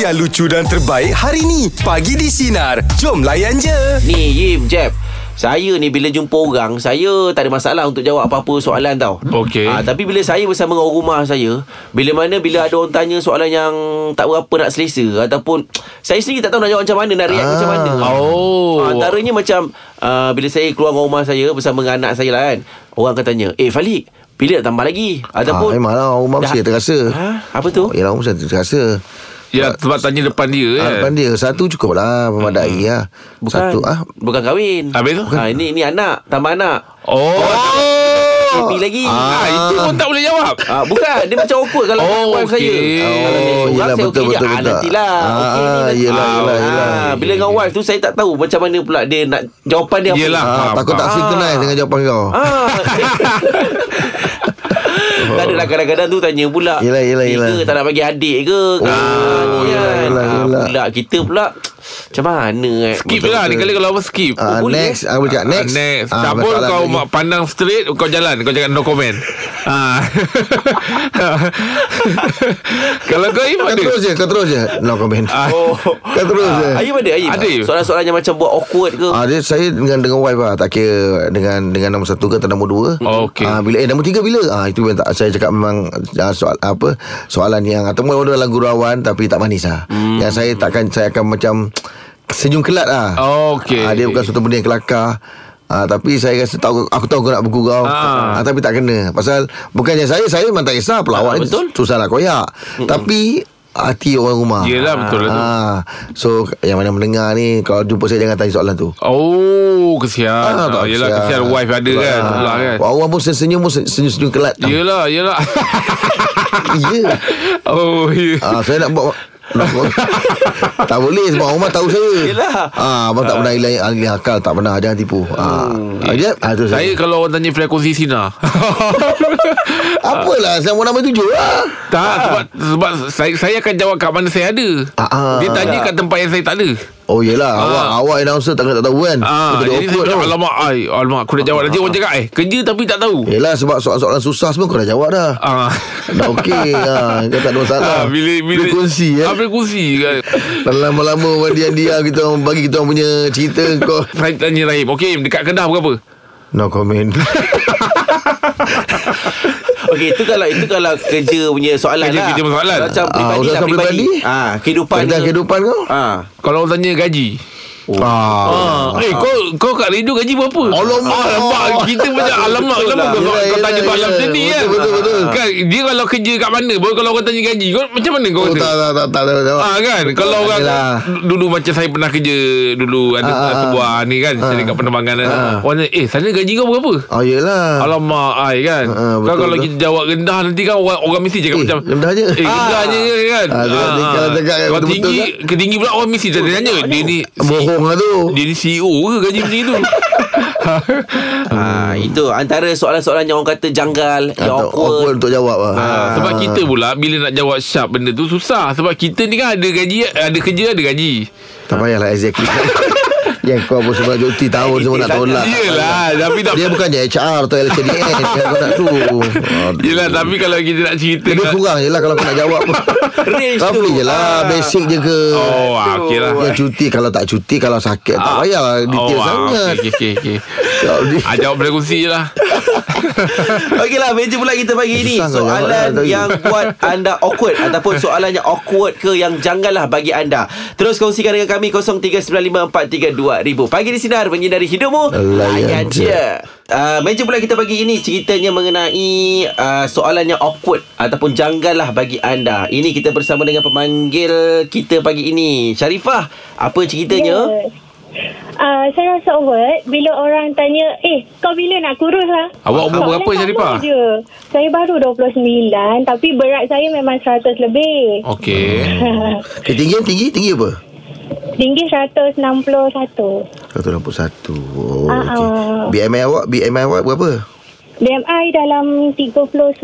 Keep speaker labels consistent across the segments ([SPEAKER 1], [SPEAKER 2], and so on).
[SPEAKER 1] yang lucu dan terbaik hari ni. Pagi di Sinar. Jom layan je.
[SPEAKER 2] Ni Yim Jeb saya ni bila jumpa orang Saya tak ada masalah untuk jawab apa-apa soalan tau
[SPEAKER 3] Okey.
[SPEAKER 2] Ah, Tapi bila saya bersama orang rumah saya Bila mana bila ada orang tanya soalan yang Tak berapa nak selesa Ataupun Saya sendiri tak tahu nak jawab macam mana Nak react ah. macam mana
[SPEAKER 3] Oh.
[SPEAKER 2] Ah, Antaranya macam uh, Bila saya keluar dengan rumah saya Bersama dengan anak saya lah kan Orang akan tanya Eh Falik Bila nak tambah lagi Ataupun
[SPEAKER 4] ha, Memang lah Orang rumah
[SPEAKER 2] Dah-
[SPEAKER 4] mesti terasa
[SPEAKER 2] Ha? Apa tu?
[SPEAKER 4] oh, Yelah orang mesti terasa
[SPEAKER 3] Ya sebab tanya depan dia
[SPEAKER 4] ha,
[SPEAKER 3] kan
[SPEAKER 4] Depan dia Satu cukup lah Memadai lah
[SPEAKER 2] Hmm. Bukan
[SPEAKER 4] Satu ah.
[SPEAKER 2] Bukan kahwin
[SPEAKER 3] Habis tu?
[SPEAKER 2] ah, Ini ini anak Tambah anak
[SPEAKER 3] Oh,
[SPEAKER 2] oh. lagi
[SPEAKER 3] Ah, itu pun tak boleh jawab
[SPEAKER 2] Ah, bukan dia macam awkward kalau
[SPEAKER 3] Oh,
[SPEAKER 2] oh, wife
[SPEAKER 3] okey.
[SPEAKER 2] saya. kalau saya
[SPEAKER 4] Oh,
[SPEAKER 2] seorang,
[SPEAKER 4] yelah,
[SPEAKER 2] saya
[SPEAKER 4] betul,
[SPEAKER 2] okey je. Ah,
[SPEAKER 4] betul, betul.
[SPEAKER 2] nantilah.
[SPEAKER 4] Ah,
[SPEAKER 2] okey ni nanti.
[SPEAKER 4] yelah,
[SPEAKER 3] yelah,
[SPEAKER 4] yelah.
[SPEAKER 2] Ah, bila dengan wife tu saya tak tahu macam mana pula dia nak jawapan dia apa.
[SPEAKER 3] Yelah.
[SPEAKER 4] ha,
[SPEAKER 3] Faham,
[SPEAKER 4] Takut tak
[SPEAKER 2] faham.
[SPEAKER 4] synchronize Dengan jawapan kau
[SPEAKER 2] Ah. tak adalah kadang-kadang tu tanya pula
[SPEAKER 4] Yelah, yelah,
[SPEAKER 2] "Ni
[SPEAKER 4] yelah. Ah,
[SPEAKER 2] ke tak nak bagi adik ke oh,
[SPEAKER 4] yelah, yelah, yelah.
[SPEAKER 2] Ah, Pula kita pula Macam mana eh?
[SPEAKER 3] Skip je lah Ni kali kalau apa skip
[SPEAKER 4] Ah,
[SPEAKER 2] boleh.
[SPEAKER 4] next, aku cakap next.
[SPEAKER 3] Ah, next.
[SPEAKER 4] Ah,
[SPEAKER 3] tak pun
[SPEAKER 4] masalah
[SPEAKER 3] kau
[SPEAKER 4] lagi.
[SPEAKER 3] lagi. pandang straight kau jalan kau cakap no comment. Ah. Kalau kau Im
[SPEAKER 4] Kau
[SPEAKER 3] ada.
[SPEAKER 4] terus je Kau terus je No comment
[SPEAKER 3] Ah.
[SPEAKER 2] Oh.
[SPEAKER 4] Kau terus je
[SPEAKER 2] Ayub ada Ayub
[SPEAKER 3] Ada.
[SPEAKER 2] Soalan-soalan yang macam buat awkward ke
[SPEAKER 4] Ah, dia, saya dengan dengan wife lah Tak kira dengan dengan nombor satu ke atau nombor dua
[SPEAKER 3] Oh, okey.
[SPEAKER 4] ah, bila, Eh nombor tiga bila ah, Itu yang tak, saya cakap memang ah, soal, apa, Soalan yang Atau mungkin orang lagu rawan Tapi tak manis lah hmm. Yang saya takkan Saya akan macam Senyum kelat lah
[SPEAKER 3] Oh, okey.
[SPEAKER 4] ah, Dia bukan satu benda yang kelakar Ah, tapi saya rasa tahu aku tahu kau nak bergurau ah.
[SPEAKER 3] Ah.
[SPEAKER 4] ah, tapi tak kena pasal bukannya saya saya memang tak kisah
[SPEAKER 2] Ah,
[SPEAKER 4] pelawak ni
[SPEAKER 2] betul.
[SPEAKER 4] susah nak koyak tapi hati orang rumah
[SPEAKER 3] Yelah, betul lah tu.
[SPEAKER 4] ah. so yang mana mendengar ni kalau jumpa saya jangan tanya soalan tu
[SPEAKER 3] Oh, kesian. Ah,
[SPEAKER 4] tak
[SPEAKER 3] yelah kesian wife ada
[SPEAKER 4] Itulah.
[SPEAKER 3] kan sebelah kan.
[SPEAKER 4] Orang pun senyum pun senyum-senyum kelat.
[SPEAKER 3] Yelah, yelah.
[SPEAKER 4] Ya.
[SPEAKER 3] oh, ya. Yeah.
[SPEAKER 4] Ah, saya nak buat nak buat- tak boleh sebab orang rumah tahu saya.
[SPEAKER 2] Yelah.
[SPEAKER 4] Ah, abang tak pernah hilang alih akal, tak pernah jangan tipu. Ah. Ah, dia ah, tu
[SPEAKER 3] Hmm. Saya
[SPEAKER 4] saya.
[SPEAKER 3] kalau orang tanya frekuensi sinar.
[SPEAKER 4] Apalah, saya mau nama tujuh lah.
[SPEAKER 3] tak sebab sebab saya saya akan jawab kat mana saya ada.
[SPEAKER 4] Ah, ah.
[SPEAKER 3] Dia tanya kat tempat yang saya tak ada.
[SPEAKER 4] Oh yelah, awak awak announcer takkan tak tahu kan.
[SPEAKER 3] Ah,
[SPEAKER 4] Itu dia
[SPEAKER 3] jadi saya
[SPEAKER 4] awkward
[SPEAKER 3] cakap,
[SPEAKER 4] tau.
[SPEAKER 3] alamak, ai, alamak, aku dah jawab. Nanti orang cakap, eh, kerja tapi tak tahu.
[SPEAKER 4] Yelah sebab soalan-soalan susah semua kau dah jawab dah.
[SPEAKER 3] Ah.
[SPEAKER 4] Ya. Dah okey ah, kau tak ada masalah.
[SPEAKER 3] Ah, bila bila
[SPEAKER 4] Frekuensi ya.
[SPEAKER 3] Ah, frekuensi kan.
[SPEAKER 4] Dan lama-lama orang diam-diam kita orang bagi kita orang punya cerita kau
[SPEAKER 3] Saya tanya Rahim, okey, dekat Kedah berapa?
[SPEAKER 4] no comment.
[SPEAKER 2] Okey itu kalau itu kalau kerja punya soalan
[SPEAKER 3] Kerja-
[SPEAKER 2] lah.
[SPEAKER 3] kerja punya soalan.
[SPEAKER 2] Macam
[SPEAKER 4] Ah,
[SPEAKER 2] pribadi lah
[SPEAKER 4] urusan
[SPEAKER 2] pribadi.
[SPEAKER 4] peribadi.
[SPEAKER 2] Ah kehidupan.
[SPEAKER 4] Tentang
[SPEAKER 2] ke.
[SPEAKER 4] kehidupan kau?
[SPEAKER 2] Ah.
[SPEAKER 3] Kalau orang tanya gaji.
[SPEAKER 4] Ah.
[SPEAKER 3] Ah, eh kau kau kat radio gaji berapa?
[SPEAKER 4] Alamak.
[SPEAKER 3] alamak kita macam alamak
[SPEAKER 2] betul
[SPEAKER 3] alamak
[SPEAKER 2] lah.
[SPEAKER 3] kau,
[SPEAKER 4] Yelah,
[SPEAKER 3] kau tanya
[SPEAKER 4] yelah,
[SPEAKER 3] soalan
[SPEAKER 4] yelah.
[SPEAKER 3] macam ni
[SPEAKER 4] Betul,
[SPEAKER 3] kan.
[SPEAKER 4] betul, betul.
[SPEAKER 3] Kan dia kalau kerja kat mana? Baru kalau orang tanya gaji, kau macam mana kau
[SPEAKER 4] Oh, tak,
[SPEAKER 3] kata?
[SPEAKER 4] tak, tak, tak, tak, tak.
[SPEAKER 3] Ah kan Kalau orang
[SPEAKER 4] Yelah.
[SPEAKER 3] Dulu macam saya pernah kerja Dulu ada
[SPEAKER 4] lah. Ah, ah,
[SPEAKER 3] sebuah ni kan Saya dekat penerbangan Orang tanya Eh sana gaji kau berapa
[SPEAKER 4] Oh, yelah.
[SPEAKER 3] Alamak ai kan
[SPEAKER 4] Ah, ah, betul,
[SPEAKER 3] uh, Kan kalau
[SPEAKER 4] betul.
[SPEAKER 3] kita jawab rendah Nanti kan orang, orang mesti cakap
[SPEAKER 4] Eh,
[SPEAKER 3] macam
[SPEAKER 4] rendah je.
[SPEAKER 3] Eh rendah je kan
[SPEAKER 4] Ah, kalau-
[SPEAKER 3] Ah,
[SPEAKER 4] kalau cakap
[SPEAKER 3] Kalau
[SPEAKER 4] betul-betul kan?
[SPEAKER 3] tinggi Ketinggi pula orang mesti Dia tanya Dia ni
[SPEAKER 4] Bohong lah tu.
[SPEAKER 3] Dia ni CEO ke gaji macam itu
[SPEAKER 2] Ah, itu antara soalan-soalan yang orang kata janggal, yang
[SPEAKER 4] Hmm. Atau Ah, awkward
[SPEAKER 2] awkward.
[SPEAKER 4] untuk jawab lah.
[SPEAKER 3] Ah, sebab kita pula bila nak jawab sharp benda tu susah sebab kita ni kan ada gaji ada kerja ada gaji.
[SPEAKER 4] Tak payahlah exactly. Yang kau pun sebab cuti tahun semua nak tolak.
[SPEAKER 3] Yelah tapi tak
[SPEAKER 4] Dia bukannya HR atau LCDN. Yang kau nak tu. Ah, tu.
[SPEAKER 3] Yelah tapi kalau kita nak cerita
[SPEAKER 4] Lebih
[SPEAKER 3] kat-
[SPEAKER 4] kurang je lah kalau kau nak jawab pun.
[SPEAKER 2] Range tu. Ah.
[SPEAKER 4] Roughly je lah. Basic je ke.
[SPEAKER 3] Ah. Oh ah, okey lah
[SPEAKER 4] Yang cuti kalau tak cuti Kalau sakit Tak payahlah lah, Detail
[SPEAKER 3] ah,
[SPEAKER 4] sangat
[SPEAKER 3] Okey okey okey
[SPEAKER 4] Kau ni.
[SPEAKER 3] okay. ah, Jawab frekuensi je lah
[SPEAKER 2] Okeylah, meja pula kita pagi ini.
[SPEAKER 4] Susah kau jawab
[SPEAKER 2] Soalan
[SPEAKER 4] lah,
[SPEAKER 2] yang
[SPEAKER 4] Tauhid.
[SPEAKER 2] buat anda awkward ataupun soalan yang awkward ke yang janggal lah bagi anda. Terus kongsikan dengan kami 0395432000. Pagi di sinar menyinari hidupmu.
[SPEAKER 4] Layan je.
[SPEAKER 2] Uh, meja pula kita pagi ini ceritanya mengenai uh, soalan yang awkward ataupun janggal lah bagi anda. Ini kita bersama dengan pemanggil kita pagi ini. Syarifah, apa ceritanya?
[SPEAKER 5] Ya. Ah, saya rasa awkward bila orang tanya, "Eh, kau bila nak kurus lah?"
[SPEAKER 3] Awak umur
[SPEAKER 5] Soalan
[SPEAKER 3] berapa,
[SPEAKER 5] sama
[SPEAKER 3] Sharifah?
[SPEAKER 5] Je. Saya baru 29 tapi berat saya memang 100 lebih.
[SPEAKER 3] Okey
[SPEAKER 4] Hmm. Ketinggian Eh, tinggi Tinggi apa?
[SPEAKER 5] Tinggi 161.
[SPEAKER 4] 161 Oh
[SPEAKER 5] Ah,
[SPEAKER 4] okey.
[SPEAKER 5] ah.
[SPEAKER 4] BMI awak BMI awak berapa?
[SPEAKER 5] BMI dalam 39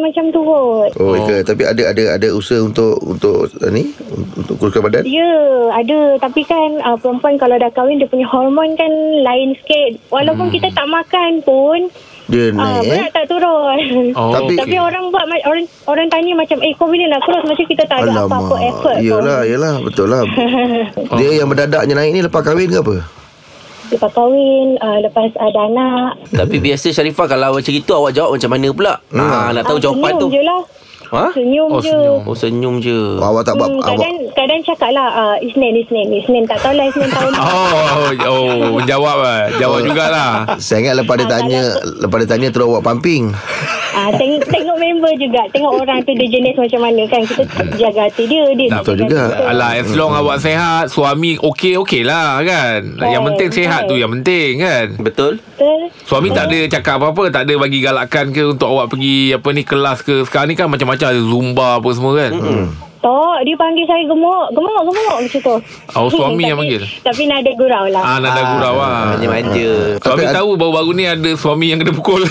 [SPEAKER 5] macam tu kot.
[SPEAKER 4] Oh, oh. tapi ada ada ada usaha untuk untuk eh, ni untuk kuruskan badan.
[SPEAKER 5] Ya, ada. Tapi kan uh,
[SPEAKER 3] Hmm.
[SPEAKER 5] perempuan kalau dah kahwin dia punya hormon kan lain sikit. Walaupun kita tak makan pun
[SPEAKER 4] Dia naik
[SPEAKER 5] Ah,
[SPEAKER 4] eh.
[SPEAKER 5] berat tak turun.
[SPEAKER 3] Oh,
[SPEAKER 5] Tapi,
[SPEAKER 4] Tapi-
[SPEAKER 5] tapi orang buat ma- orang orang tanya macam eh kau bila nak cross macam kita tak ada apa-apa effort. pun.
[SPEAKER 4] Yelah yelah Betul lah Dia yang berdadaknya naik ni Lepas kahwin ke apa
[SPEAKER 5] Lepas kahwin, ah, lepas ada anak.
[SPEAKER 2] Tapi biasa Sharifah kalau macam itu awak jawab macam mana pula? Hmm. Ha, nak tahu
[SPEAKER 5] Ah,
[SPEAKER 2] jawapan
[SPEAKER 5] senyum
[SPEAKER 2] tu.
[SPEAKER 5] Je lah.
[SPEAKER 2] Ha?
[SPEAKER 5] Senyum
[SPEAKER 3] Oh,
[SPEAKER 5] je.
[SPEAKER 3] senyum.
[SPEAKER 2] Oh senyum je.
[SPEAKER 4] oh, Awak tak buat
[SPEAKER 5] Hmm,
[SPEAKER 4] awak,
[SPEAKER 5] kadang, kadang cakap lah uh, Isnin, Isnin, Isnin Tak tahu lah Isnin tahun ni.
[SPEAKER 3] Oh, oh, jawab lah. Jawab jugalah.
[SPEAKER 4] Saya ingat lepas dia
[SPEAKER 5] Ah,
[SPEAKER 4] tanya Lepas dia tanya Terus awak pumping
[SPEAKER 5] Ah, teng- tengok member juga Tengok orang tu dia jenis macam mana kan Kita jaga hati dia, dia
[SPEAKER 3] Tak
[SPEAKER 4] betul
[SPEAKER 5] jaga
[SPEAKER 4] juga.
[SPEAKER 5] kita.
[SPEAKER 3] Alah, as long awak sehat, suami okey, okey lah kan. Yang penting sehat tu, yang penting kan.
[SPEAKER 2] Betul?
[SPEAKER 5] Betul
[SPEAKER 3] Suami tak ada cakap apa-apa Tak ada bagi galakan ke Untuk awak pergi Apa ni kelas ke Sekarang ni kan macam-macam Ada Zumba apa semua kan
[SPEAKER 4] Hmm.
[SPEAKER 3] mm-hmm.
[SPEAKER 5] Tok, dia panggil saya gemuk Gemuk, gemuk macam tu
[SPEAKER 3] Oh, suami yang
[SPEAKER 5] Tapi-
[SPEAKER 3] panggil?
[SPEAKER 5] Tapi nada gurau lah
[SPEAKER 3] Ah, nada gurau ah.
[SPEAKER 2] Manja-manja.
[SPEAKER 3] Suami
[SPEAKER 4] Tapi-
[SPEAKER 3] tahu baru-baru ni Ada suami yang kena pukul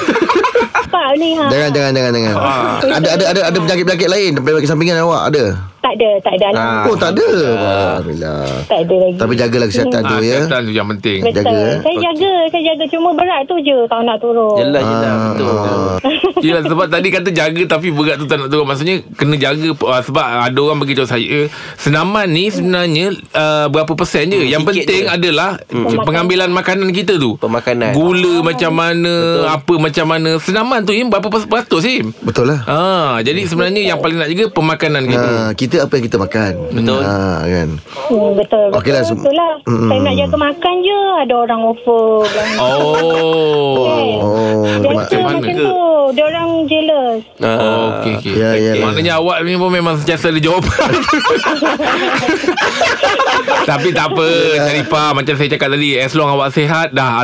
[SPEAKER 5] Pak ni ha.
[SPEAKER 4] Jangan jangan jangan jangan
[SPEAKER 3] Ah.
[SPEAKER 4] Ada ada ada ada penyakit-penyakit lain Penyakit sampingan awak ada
[SPEAKER 5] Tak ada, tak ada lah
[SPEAKER 4] Oh tak ada Alhamdulillah
[SPEAKER 5] Tak ada lagi
[SPEAKER 4] Tapi jagalah kesihatan
[SPEAKER 3] ah,
[SPEAKER 4] tu ya
[SPEAKER 3] Kesihatan tu yang penting
[SPEAKER 5] Betul
[SPEAKER 4] jaga, eh.
[SPEAKER 5] Saya jaga, saya jaga Cuma berat tu je Kalau nak turun
[SPEAKER 2] Jelas je
[SPEAKER 3] Ah.
[SPEAKER 2] lah. Betul.
[SPEAKER 3] Yelah sebab tadi kata jaga Tapi berat tu tak nak turun Maksudnya Kena jaga ah, Sebab ada orang bagi tahu saya eh, Senaman ni sebenarnya ah, Berapa persen je Yang
[SPEAKER 2] sikit
[SPEAKER 3] penting
[SPEAKER 2] je. Hmm.
[SPEAKER 3] adalah Pengambilan makanan kita tu
[SPEAKER 2] Pemakanan.
[SPEAKER 3] Gula macam mana Apa macam mana Senaman tu Im Berapa pers- peratus Im
[SPEAKER 4] Betul lah
[SPEAKER 3] Ah, jadi sebenarnya yang paling nak jaga pemakanan kita.
[SPEAKER 4] Ha, kita apa yang kita makan
[SPEAKER 2] Betul.
[SPEAKER 4] ha, kan
[SPEAKER 5] hmm, Betul
[SPEAKER 4] Okey lah,
[SPEAKER 5] betul,
[SPEAKER 4] sem-
[SPEAKER 5] betul lah Saya nak jaga makan je Ada orang offer Kan?
[SPEAKER 3] Oh.
[SPEAKER 4] Oh
[SPEAKER 5] Biasa
[SPEAKER 3] macam mana?
[SPEAKER 5] macam tu Dia orang jealous
[SPEAKER 2] Ah.
[SPEAKER 3] Oh, okey okey.
[SPEAKER 4] Ya, ya, ya.
[SPEAKER 3] Maknanya awak ni pun memang sentiasa ada jawapan. Tapi tak apa,
[SPEAKER 4] Ya.
[SPEAKER 3] Sharifah macam saya cakap tadi, as long awak sihat dah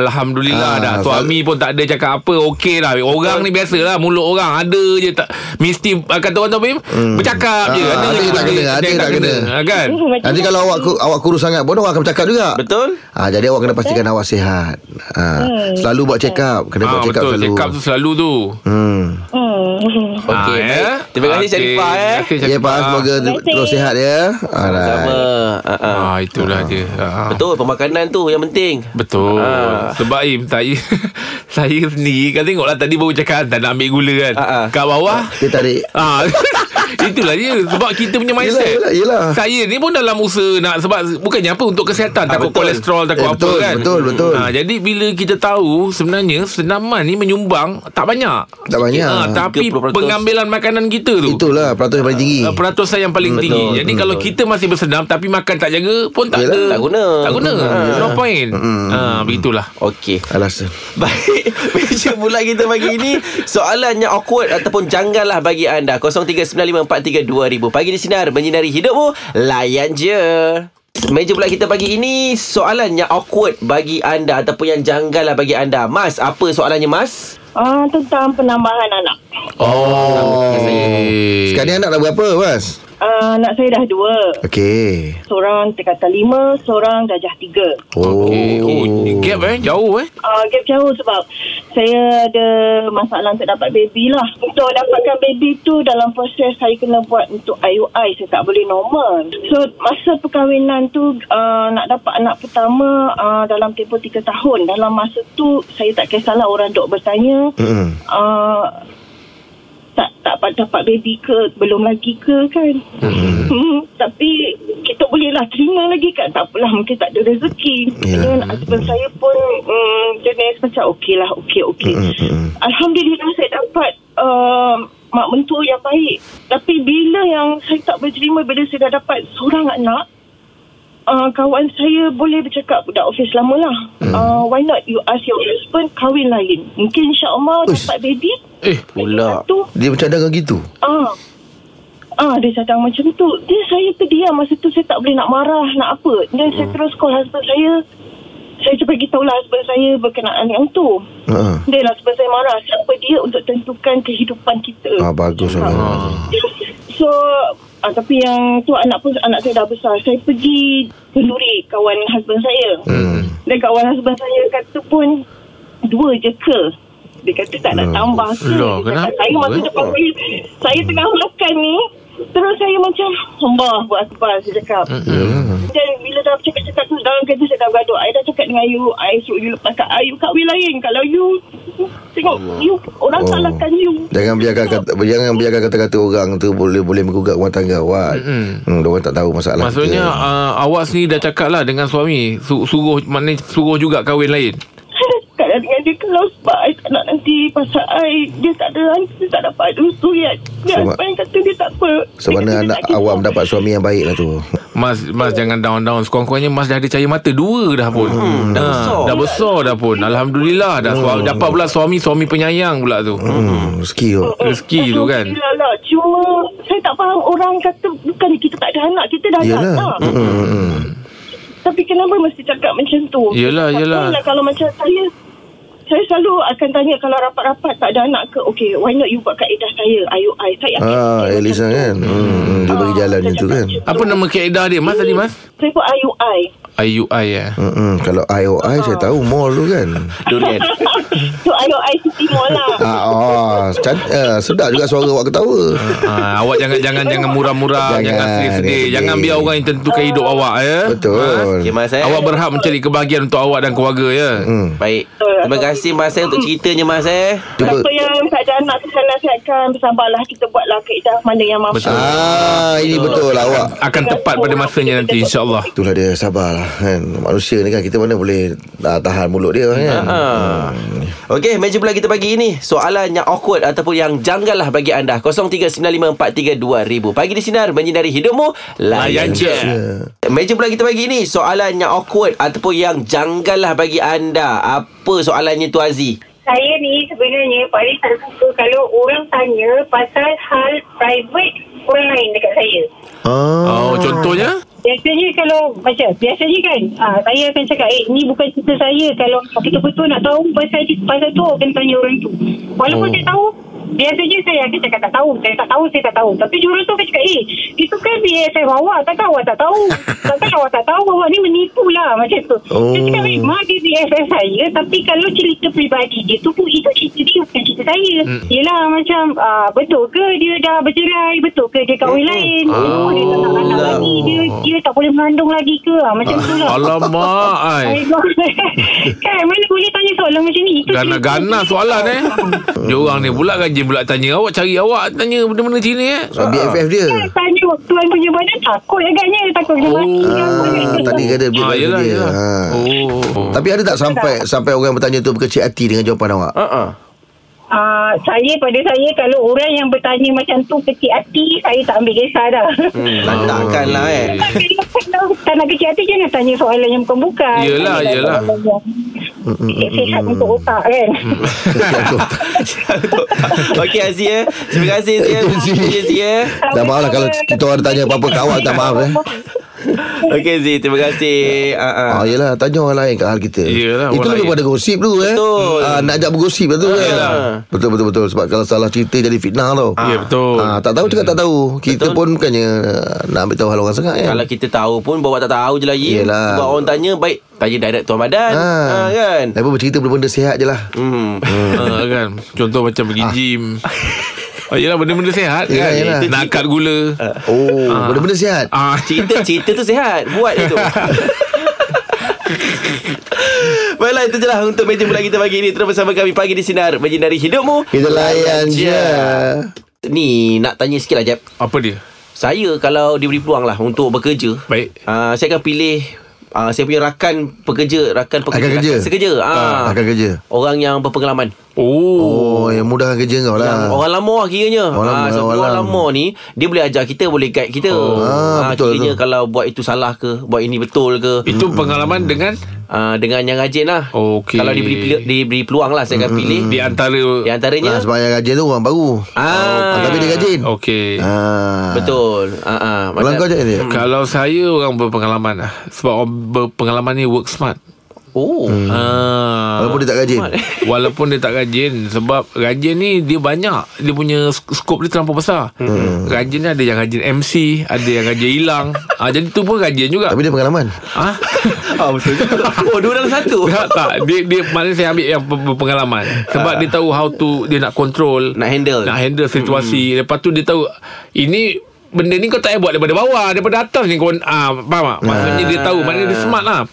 [SPEAKER 4] Ah,
[SPEAKER 3] alhamdulillah dah. Suami pun tak ada cakap apa, okey lah. Orang ni biasalah mulut orang ada je tak mesti ah, kata orang tu apa, Im? bercakap je.
[SPEAKER 4] Ah, ada yang tak
[SPEAKER 3] je-
[SPEAKER 4] kena, ada yang tak kena.
[SPEAKER 3] Ah, Kan?
[SPEAKER 5] Macam
[SPEAKER 4] Nanti kalau awak ku- awak kurus sangat pun Orang akan bercakap juga
[SPEAKER 2] Betul?
[SPEAKER 4] Ha, jadi awak kena pastikan awak sihat. Ha,
[SPEAKER 5] Hmm,
[SPEAKER 4] Selalu buat check up. Kena buat
[SPEAKER 3] Ah,
[SPEAKER 4] check up
[SPEAKER 3] betul,
[SPEAKER 4] selalu.
[SPEAKER 3] check up tu selalu tu.
[SPEAKER 4] Hmm.
[SPEAKER 5] hmm.
[SPEAKER 2] Okey,
[SPEAKER 3] Ah,
[SPEAKER 2] baik.
[SPEAKER 3] eh.
[SPEAKER 2] Terima kasih
[SPEAKER 3] Okey,
[SPEAKER 2] Sharifah eh.
[SPEAKER 3] terima kasih,
[SPEAKER 4] Ya, Pak.
[SPEAKER 3] Sharifah.
[SPEAKER 4] Semoga
[SPEAKER 5] Terima kasih.
[SPEAKER 4] terus sihat ya.
[SPEAKER 2] Sama.
[SPEAKER 4] Alright.
[SPEAKER 2] Ah, ah.
[SPEAKER 3] Ah, itulah dia. Ah.
[SPEAKER 2] Betul, pemakanan tu yang penting.
[SPEAKER 3] Betul
[SPEAKER 2] Ah.
[SPEAKER 3] Sebab Im Saya Saya sendiri Kan tengoklah tadi baru cakap Tak nak ambil gula kan
[SPEAKER 2] Ah, ah.
[SPEAKER 3] Kat bawah
[SPEAKER 4] Dia tarik.
[SPEAKER 3] ah. Itulah dia Sebab kita punya mindset
[SPEAKER 4] Yelah, yelah, yelah.
[SPEAKER 3] Saya ni pun dalam usaha nak Sebab bukannya apa Untuk kesihatan Takut
[SPEAKER 2] betul.
[SPEAKER 3] kolesterol
[SPEAKER 4] Ah,
[SPEAKER 3] Takut
[SPEAKER 4] Eh,
[SPEAKER 3] apa
[SPEAKER 4] betul,
[SPEAKER 3] kan
[SPEAKER 4] betul, betul.
[SPEAKER 3] Ah, Jadi bila kita tahu Sebenarnya Senaman ni menyumbang Tak banyak
[SPEAKER 4] Tak banyak.
[SPEAKER 3] Ah, Tapi
[SPEAKER 2] 30%.
[SPEAKER 3] pengambilan makanan kita tu
[SPEAKER 4] Itulah peratus yang paling tinggi.
[SPEAKER 3] Uh, peratusan yang paling tinggi. Jadi kalau kita masih bersenam tapi makan tak jaga pun tak
[SPEAKER 4] Yelah.
[SPEAKER 3] ada.
[SPEAKER 2] Tak guna.
[SPEAKER 3] Tak guna. No point. Ha begitulah.
[SPEAKER 2] Okey.
[SPEAKER 4] Alasan.
[SPEAKER 2] Baik, meja bulat kita pagi ini soalannya awkward ataupun janggal lah bagi anda. 0395432000. Pagi di sinar menyinari hidupmu, layan je. Meja bulat kita pagi ini soalannya awkward bagi anda ataupun yang janggal lah bagi anda. Mas, apa soalannya Mas?
[SPEAKER 5] Ah, tentang penambahan anak
[SPEAKER 3] Oh.
[SPEAKER 4] Sekarang ni anak dah berapa, Mas?
[SPEAKER 5] Ah, anak saya dah dua
[SPEAKER 4] Okey.
[SPEAKER 5] Seorang terkata lima Seorang darjah tiga
[SPEAKER 4] Oh.
[SPEAKER 3] Okay. Oh, gap eh jauh eh.
[SPEAKER 5] Ah, Gap jauh sebab Saya ada masalah untuk dapat baby lah Untuk dapatkan baby tu Dalam proses saya kena buat untuk IUI Saya tak boleh normal So masa perkahwinan tu ah, Nak dapat anak pertama ah, Dalam tempoh tiga tahun Dalam masa tu Saya tak kisahlah orang dok bertanya
[SPEAKER 4] Mm-mm.
[SPEAKER 5] uh, tak tak dapat, dapat baby ke belum lagi ke kan hmm. Hmm, tapi kita bolehlah terima lagi kan tak apalah mungkin tak ada rezeki
[SPEAKER 4] Ya.
[SPEAKER 5] yeah. dan husband saya pun um, jenis macam okey lah okey okey
[SPEAKER 4] Mm-mm, mm-mm.
[SPEAKER 5] Alhamdulillah saya dapat uh, mak mentua yang baik tapi bila yang saya tak boleh terima bila saya dah dapat seorang anak Uh, kawan saya boleh bercakap budak office lama lah. Uh, why not you ask your husband kahwin lain? Mungkin insyaAllah
[SPEAKER 4] Uish.
[SPEAKER 5] dapat baby.
[SPEAKER 3] Eh,
[SPEAKER 2] Pula.
[SPEAKER 5] Tu
[SPEAKER 4] Dia bercadang dengan gitu.
[SPEAKER 5] Ah. Ah, dia cakap macam tu. Dia saya terdiam masa tu saya tak boleh nak marah, nak apa. Dan saya terus call husband saya. Saya cuba beritahu lah husband saya berkenaan yang tu.
[SPEAKER 4] Ha.
[SPEAKER 5] Dia lah husband saya marah. Siapa dia untuk tentukan kehidupan kita.
[SPEAKER 4] Ah bagus sangat.
[SPEAKER 5] So, ah, tapi yang tu anak pun anak saya dah besar. Saya pergi kenduri kawan husband saya.
[SPEAKER 4] Hmm.
[SPEAKER 5] Dan kawan husband saya kata pun dua je ke? Dia kata tak
[SPEAKER 4] Loh.
[SPEAKER 5] nak tambah ke?
[SPEAKER 3] Loh, Lah,
[SPEAKER 5] Dia cakap,
[SPEAKER 3] kenapa?
[SPEAKER 5] saya masa depan saya, saya tengah makan ni. Terus saya macam Allah buat akbar saya cakap.
[SPEAKER 4] Ya.
[SPEAKER 5] Dan bila dah cakap-cakap tu dalam kerja saya dah bergaduh. I dah cakap dengan you, I suruh you lepaskan I, you kahwin lain. Kalau you Tengok you Orang
[SPEAKER 4] Oh.
[SPEAKER 5] salahkan you
[SPEAKER 4] Jangan biarkan kata, jangan biarkan kata-kata orang tu boleh boleh menggugat rumah tangga awak. Mm-hmm. Hmm, orang tak tahu masalah.
[SPEAKER 3] Maksudnya
[SPEAKER 4] kita.
[SPEAKER 3] uh, awak sendiri dah cakap lah dengan suami su- suruh maknanya suruh juga kahwin lain.
[SPEAKER 5] Kadang dengan dia kalau sebab I tak nak nanti Pasal I Dia tak ada Dia tak dapat Rusuh ya Dia
[SPEAKER 4] Sebab-
[SPEAKER 5] sebab, kata dia tak apa
[SPEAKER 4] Macam mana
[SPEAKER 5] Dia kata dia
[SPEAKER 4] anak
[SPEAKER 5] tak kisah.
[SPEAKER 4] awak mendapat suami yang baik lah tu
[SPEAKER 3] Mas mas jangan down-down sekurang-kurangnya mas dah ada cahaya mata dua dah pun. Hmm,
[SPEAKER 2] dah besar.
[SPEAKER 3] dah besar dah pun. Alhamdulillah dah suami, dapat pula suami suami penyayang pula tu.
[SPEAKER 4] hmm,
[SPEAKER 3] Hmm.
[SPEAKER 4] Rezeki tu
[SPEAKER 3] Rezeki tu kan.
[SPEAKER 5] Alhamdulillah lah. Cuma saya tak faham orang kata bukan kita tak ada anak, kita dah ada
[SPEAKER 4] Yelah
[SPEAKER 5] anak.
[SPEAKER 4] hmm, hmm, hmm.
[SPEAKER 5] Tapi kenapa mesti cakap macam tu?
[SPEAKER 3] Yelah,
[SPEAKER 5] Tak
[SPEAKER 3] yelah.
[SPEAKER 5] tahulah kalau macam saya saya selalu akan tanya kalau rapat-rapat tak ada anak ke okay why not you buat kaedah saya IUI saya akan
[SPEAKER 4] Ah,
[SPEAKER 5] saya
[SPEAKER 4] Elisa
[SPEAKER 5] macam tu.
[SPEAKER 4] kan hmm, hmm, Dia bagi
[SPEAKER 5] Ah,
[SPEAKER 4] jalan
[SPEAKER 5] saya
[SPEAKER 4] macam tu
[SPEAKER 5] cakap
[SPEAKER 4] kan
[SPEAKER 5] macam tu.
[SPEAKER 3] Apa nama kaedah dia mas tadi mas?
[SPEAKER 5] saya buat IUI
[SPEAKER 3] IUI eh.
[SPEAKER 4] hmm, hmm. Kalau IOI saya tahu mall tu kan
[SPEAKER 2] Durian
[SPEAKER 5] so IUI City Mall lah
[SPEAKER 4] Hmm. ah, oh, can, ah, Sedap juga suara awak ketawa
[SPEAKER 3] Ha, awak jangan jangan jangan murah-murah, jangan,
[SPEAKER 4] Jangan,
[SPEAKER 3] jangan sedih-sedih.
[SPEAKER 4] jangan
[SPEAKER 3] Jangan
[SPEAKER 4] sedih.
[SPEAKER 3] biar orang yang tentukan hidup awak ya.
[SPEAKER 4] Betul
[SPEAKER 2] Okay Mas eh
[SPEAKER 3] Awak berhak mencari kebahagiaan untuk awak dan keluarga ya.
[SPEAKER 4] hmm.
[SPEAKER 2] Baik Terima kasih Mas eh Untuk ceritanya Mas eh
[SPEAKER 4] Cuba
[SPEAKER 5] Siapa yang tak ada anak tu saya nasihatkan bersabarlah kita buatlah kaedah mana yang mampu
[SPEAKER 3] Betul.
[SPEAKER 4] Ah, ini betul lah awak
[SPEAKER 3] Akan tepat pada masanya nanti insya-Allah.
[SPEAKER 4] Itulah dia sabarlah kan Manusia ni kan kita mana boleh ah, tahan mulut dia kan
[SPEAKER 3] Ah,
[SPEAKER 2] Ha. Okey, meja pula kita pagi ini. Soalan yang awkward ataupun yang janggal lah bagi anda. 0395432000. Pagi di sinar menyinari hidupmu. Layan
[SPEAKER 3] Layan je.
[SPEAKER 2] je. Meja pula kita pagi ini. Soalan yang awkward ataupun yang janggal lah bagi anda. Apa soalannya tu Aziz?
[SPEAKER 6] saya ni sebenarnya paling tak suka kalau orang tanya pasal hal private orang lain dekat saya.
[SPEAKER 4] Ah.
[SPEAKER 3] Oh, contohnya?
[SPEAKER 6] Biasanya kalau macam biasanya kan ah, saya akan cakap eh ni bukan cerita saya kalau kita betul nak tahu pasal pasal tu kena tanya orang tu. Walaupun oh.
[SPEAKER 4] Oh.
[SPEAKER 6] saya tahu biasanya saya akan cakap tak tahu saya tak tahu saya tak tahu tapi jurus tu akan cakap eh itu kan BFM awak takkan awak tak tahu takkan awak tak tahu awak ni menipu lah macam tu
[SPEAKER 4] Oh.
[SPEAKER 6] dia cakap eh mak dia BFM saya tapi kalau cerita peribadi dia tu pun itu cerita dia bukan cerita saya yelah macam ah, betul ke dia dah bercerai betul ke dia kahwin lain oh, dia tak nak anak lagi dia,
[SPEAKER 3] Oh.
[SPEAKER 6] dia tak boleh mengandung lagi ke Ah, macam tu lah
[SPEAKER 3] Alamak,
[SPEAKER 6] Oh my
[SPEAKER 3] ai.
[SPEAKER 6] God. kan mana boleh tanya soalan macam ni Itu
[SPEAKER 3] Gana-gana
[SPEAKER 6] cerita-
[SPEAKER 3] soalan eh. Dia orang ni pula rajin pula tanya awak cari awak tanya benda-benda sini eh.
[SPEAKER 4] Ah, BFF dia
[SPEAKER 6] Kan tanya tuan punya badan takut agaknya takut macam
[SPEAKER 3] Oh.
[SPEAKER 6] mati ke apa ke.
[SPEAKER 4] ah, Tadi kata
[SPEAKER 3] Ah,
[SPEAKER 4] BFF
[SPEAKER 3] yelah,
[SPEAKER 4] dia
[SPEAKER 3] yelah.
[SPEAKER 4] Ah.
[SPEAKER 3] Oh.
[SPEAKER 4] Tapi ada tak sampai sampai orang bertanya tu berkecil hati dengan jawapan awak?
[SPEAKER 2] Uh-uh.
[SPEAKER 6] Ah, saya pada saya kalau orang yang bertanya macam tu kecil hati saya tak ambil kisah dah
[SPEAKER 2] Hmm, lantakkan lah eh.
[SPEAKER 6] Kalau tak nak kecil hati jangan tanya soalan yang bukan-bukan
[SPEAKER 3] Yelah,
[SPEAKER 6] Tanya
[SPEAKER 3] yelah. Hmm,
[SPEAKER 6] soalan yang Sihat untuk otak kan
[SPEAKER 2] Okey Aziz eh. Terima kasih Aziz. Terima kasih Aziz eh.
[SPEAKER 4] Dah maaf lah kalau kita orang tanya apa-apa kat awak, tak maaf eh.
[SPEAKER 2] Okey Aziz, terima kasih. Uh-uh.
[SPEAKER 4] Ah, yelah, tanya orang lain kat hal kita.
[SPEAKER 3] Yelah,
[SPEAKER 4] Itu
[SPEAKER 3] orang
[SPEAKER 4] lebih
[SPEAKER 3] lain.
[SPEAKER 4] pada gosip tu eh.
[SPEAKER 2] Betul.
[SPEAKER 4] Ah, nak ajak bergosip lah tu kan.
[SPEAKER 2] yelah.
[SPEAKER 4] Betul, betul, betul. Sebab kalau salah cerita jadi fitnah tau.
[SPEAKER 3] Ya betul.
[SPEAKER 4] Ah, tak tahu cakap tak tahu. Kita pun bukannya ah, nak ambil tahu hal orang sangat kan.
[SPEAKER 2] Kalau kita tahu pun Bawa tak tahu je lagi
[SPEAKER 4] Yelah.
[SPEAKER 2] Sebab orang tanya Baik Tanya direct Tuan Madan ha. ha
[SPEAKER 4] Ah,
[SPEAKER 2] kan
[SPEAKER 4] Lagi pun bercerita benda-benda sihat je lah.
[SPEAKER 2] Hmm.
[SPEAKER 3] Ha, kan Contoh macam pergi gym oh, Yelah benda-benda sehat
[SPEAKER 4] Yelah,
[SPEAKER 3] kan
[SPEAKER 4] yelah.
[SPEAKER 3] Nak angkat gula
[SPEAKER 4] Oh, benda-benda sihat.
[SPEAKER 3] Ah,
[SPEAKER 2] Cerita cerita tu sihat Buat itu Baiklah itu je lah Untuk meja bulat kita pagi ini Terus bersama kami Pagi di Sinar Menyinari hidupmu
[SPEAKER 4] Kita layan je.
[SPEAKER 2] Ni nak tanya sikit lah Jeb
[SPEAKER 3] Apa dia?
[SPEAKER 2] Saya kalau diberi peluang lah Untuk bekerja
[SPEAKER 3] Baik.
[SPEAKER 2] uh, Saya akan pilih uh, Saya punya rakan pekerja Rakan pekerja
[SPEAKER 4] Rakan kerja.
[SPEAKER 2] rakan Sekerja uh,
[SPEAKER 4] Ah, Akan kerja.
[SPEAKER 2] Orang yang berpengalaman
[SPEAKER 3] Oh,
[SPEAKER 4] Oh, yang mudahkan kerja kau
[SPEAKER 2] Yang
[SPEAKER 4] lah.
[SPEAKER 2] orang lama lah kiranya
[SPEAKER 4] Orang
[SPEAKER 2] ha,
[SPEAKER 4] lama,
[SPEAKER 2] Sebab
[SPEAKER 4] orang
[SPEAKER 2] orang,
[SPEAKER 4] lama.
[SPEAKER 2] lama ni Dia boleh ajar kita Boleh guide kita oh.
[SPEAKER 4] Ah, betul
[SPEAKER 2] Kiranya
[SPEAKER 4] tu.
[SPEAKER 2] kalau buat itu salah ke Buat ini betul ke
[SPEAKER 3] Itu pengalaman dengan
[SPEAKER 2] ha, Dengan yang rajin lah
[SPEAKER 3] Okey.
[SPEAKER 2] Kalau diberi, pil- diberi peluang lah Saya akan pilih
[SPEAKER 3] Di antara
[SPEAKER 2] Di antaranya
[SPEAKER 4] Ah, sebab yang rajin tu orang baru.
[SPEAKER 2] Ah.
[SPEAKER 4] Ah, tapi dia rajin.
[SPEAKER 3] Okey Hmm.
[SPEAKER 4] Ah.
[SPEAKER 2] Betul ha, ha,
[SPEAKER 4] Kalau
[SPEAKER 2] macam-
[SPEAKER 4] kau je dia.
[SPEAKER 3] Kalau saya orang berpengalaman lah Sebab orang berpengalaman ni work smart
[SPEAKER 2] Oh hmm.
[SPEAKER 3] Ah,
[SPEAKER 4] Walaupun dia tak rajin.
[SPEAKER 3] Walaupun dia tak rajin Sebab rajin ni Dia banyak Dia punya sk- skop dia terlampau besar hmm. Rajin ni ada yang rajin MC Ada yang rajin hilang ah, Jadi tu pun rajin juga
[SPEAKER 4] Tapi dia pengalaman.
[SPEAKER 3] ah?
[SPEAKER 2] ah, betul juga. Oh dua dalam satu
[SPEAKER 3] tak, tak Dia, dia maknanya saya ambil yang pe- pengalaman Sebab dia tahu how to Dia nak control
[SPEAKER 2] Nak handle
[SPEAKER 3] Nak handle situasi Lepas tu dia tahu Ini Benda ni kau tak payah buat daripada bawah Daripada atas ni kau ah, Faham tak? Maksudnya dia tahu Maknanya dia smart lah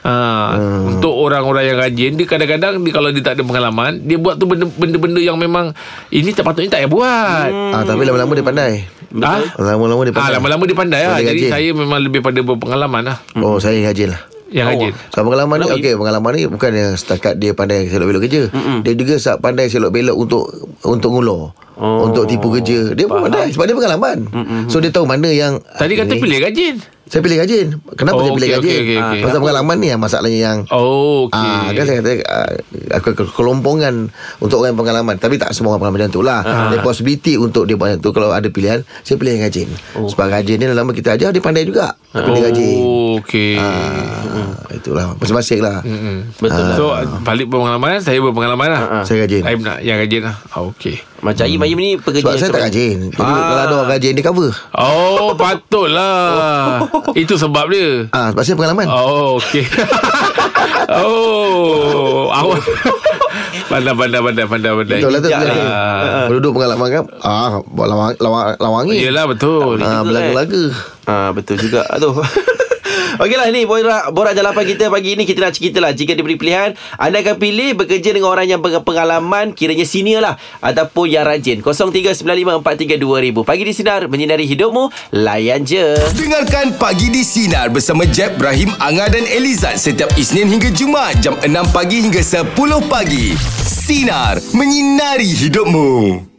[SPEAKER 3] Ha, hmm. Untuk orang-orang yang rajin Dia kadang-kadang dia, Kalau dia tak ada pengalaman Dia buat tu benda- benda-benda yang memang Ini tak patutnya tak payah buat hmm.
[SPEAKER 4] Ah, tapi lama-lama dia pandai.
[SPEAKER 3] ha?
[SPEAKER 4] Lama-lama dia
[SPEAKER 3] ha,
[SPEAKER 4] pandai.
[SPEAKER 3] Lama-lama dia pandai
[SPEAKER 4] So,
[SPEAKER 3] lah
[SPEAKER 4] dia
[SPEAKER 3] Jadi
[SPEAKER 4] rajin.
[SPEAKER 3] saya memang lebih pada berpengalaman lah
[SPEAKER 4] Oh, saya rajin lah.
[SPEAKER 3] Yang
[SPEAKER 2] Oh.
[SPEAKER 3] rajin
[SPEAKER 4] So pengalaman ni
[SPEAKER 3] Kenapa?
[SPEAKER 4] Okey pengalaman ni Bukan yang setakat Dia pandai selok belok kerja Mm-mm. Dia juga sa- pandai selok belok Untuk Untuk ngulur oh, Untuk tipu kerja Dia pun pandai Sebab dia pengalaman Mm-mm. So dia tahu mana yang
[SPEAKER 3] Tadi kata
[SPEAKER 4] Ini-
[SPEAKER 3] pilih rajin
[SPEAKER 4] Saya pilih rajin Kenapa
[SPEAKER 3] Oh,
[SPEAKER 4] saya pilih
[SPEAKER 3] okey,
[SPEAKER 4] rajin
[SPEAKER 3] okey, okey,
[SPEAKER 4] Ah,
[SPEAKER 3] okey.
[SPEAKER 4] Pasal pengalaman ni yang Masalahnya yang
[SPEAKER 3] Oh okay.
[SPEAKER 4] Ah, kan saya kata ah, aku- aku- kelompongan untuk orang yang pengalaman tapi tak semua orang pengalaman macam tu lah.
[SPEAKER 3] Ah.
[SPEAKER 4] Ada possibility untuk dia buat macam tu kalau ada pilihan, saya pilih yang rajin. Sebab rajin ni lama kita ajar dia pandai juga. Ah, Dia
[SPEAKER 3] Oh
[SPEAKER 4] Pilih rajin.
[SPEAKER 3] okay.
[SPEAKER 4] Ah, itulah masing-masing lah.
[SPEAKER 3] Mm.
[SPEAKER 2] Betul lah.
[SPEAKER 3] So balik berpengalaman Saya berpengalaman lah
[SPEAKER 4] Ah. Saya rajin.
[SPEAKER 3] Saya nak yang rajin lah ah, Okay
[SPEAKER 2] Macam Im Im ni pekerja
[SPEAKER 4] Sebab saya tak rajin Jadi
[SPEAKER 2] Ah.
[SPEAKER 4] kalau ada orang rajin Dia cover
[SPEAKER 3] Oh patutlah Itu sebab dia
[SPEAKER 4] Ah, Sebab saya pengalaman
[SPEAKER 3] Oh okay Oh Awak Pandai pandai pandai pandai pandai
[SPEAKER 4] Betul lah tu
[SPEAKER 2] Bijak
[SPEAKER 4] bila-
[SPEAKER 3] lah.
[SPEAKER 4] Penduduk pengalaman kan ah, buat lawang, lawang, Lawangi
[SPEAKER 3] Yelah betul eh.
[SPEAKER 4] ah,
[SPEAKER 2] betul,
[SPEAKER 4] Belaga-laga
[SPEAKER 2] Ah betul juga tu. Okeylah ni borak borak jalapan kita pagi ni kita nak ceritalah jika diberi pilihan anda akan pilih bekerja dengan orang yang berpengalaman kiranya senior lah ataupun yang rajin 0395432000 pagi di sinar menyinari hidupmu layan je
[SPEAKER 1] Dengarkan Pagi di Sinar bersama Jeb, Ibrahim, Anga dan Elizad setiap Isnin hingga Jumaat jam 6 pagi hingga 10 pagi. Sinar, menyinari hidupmu.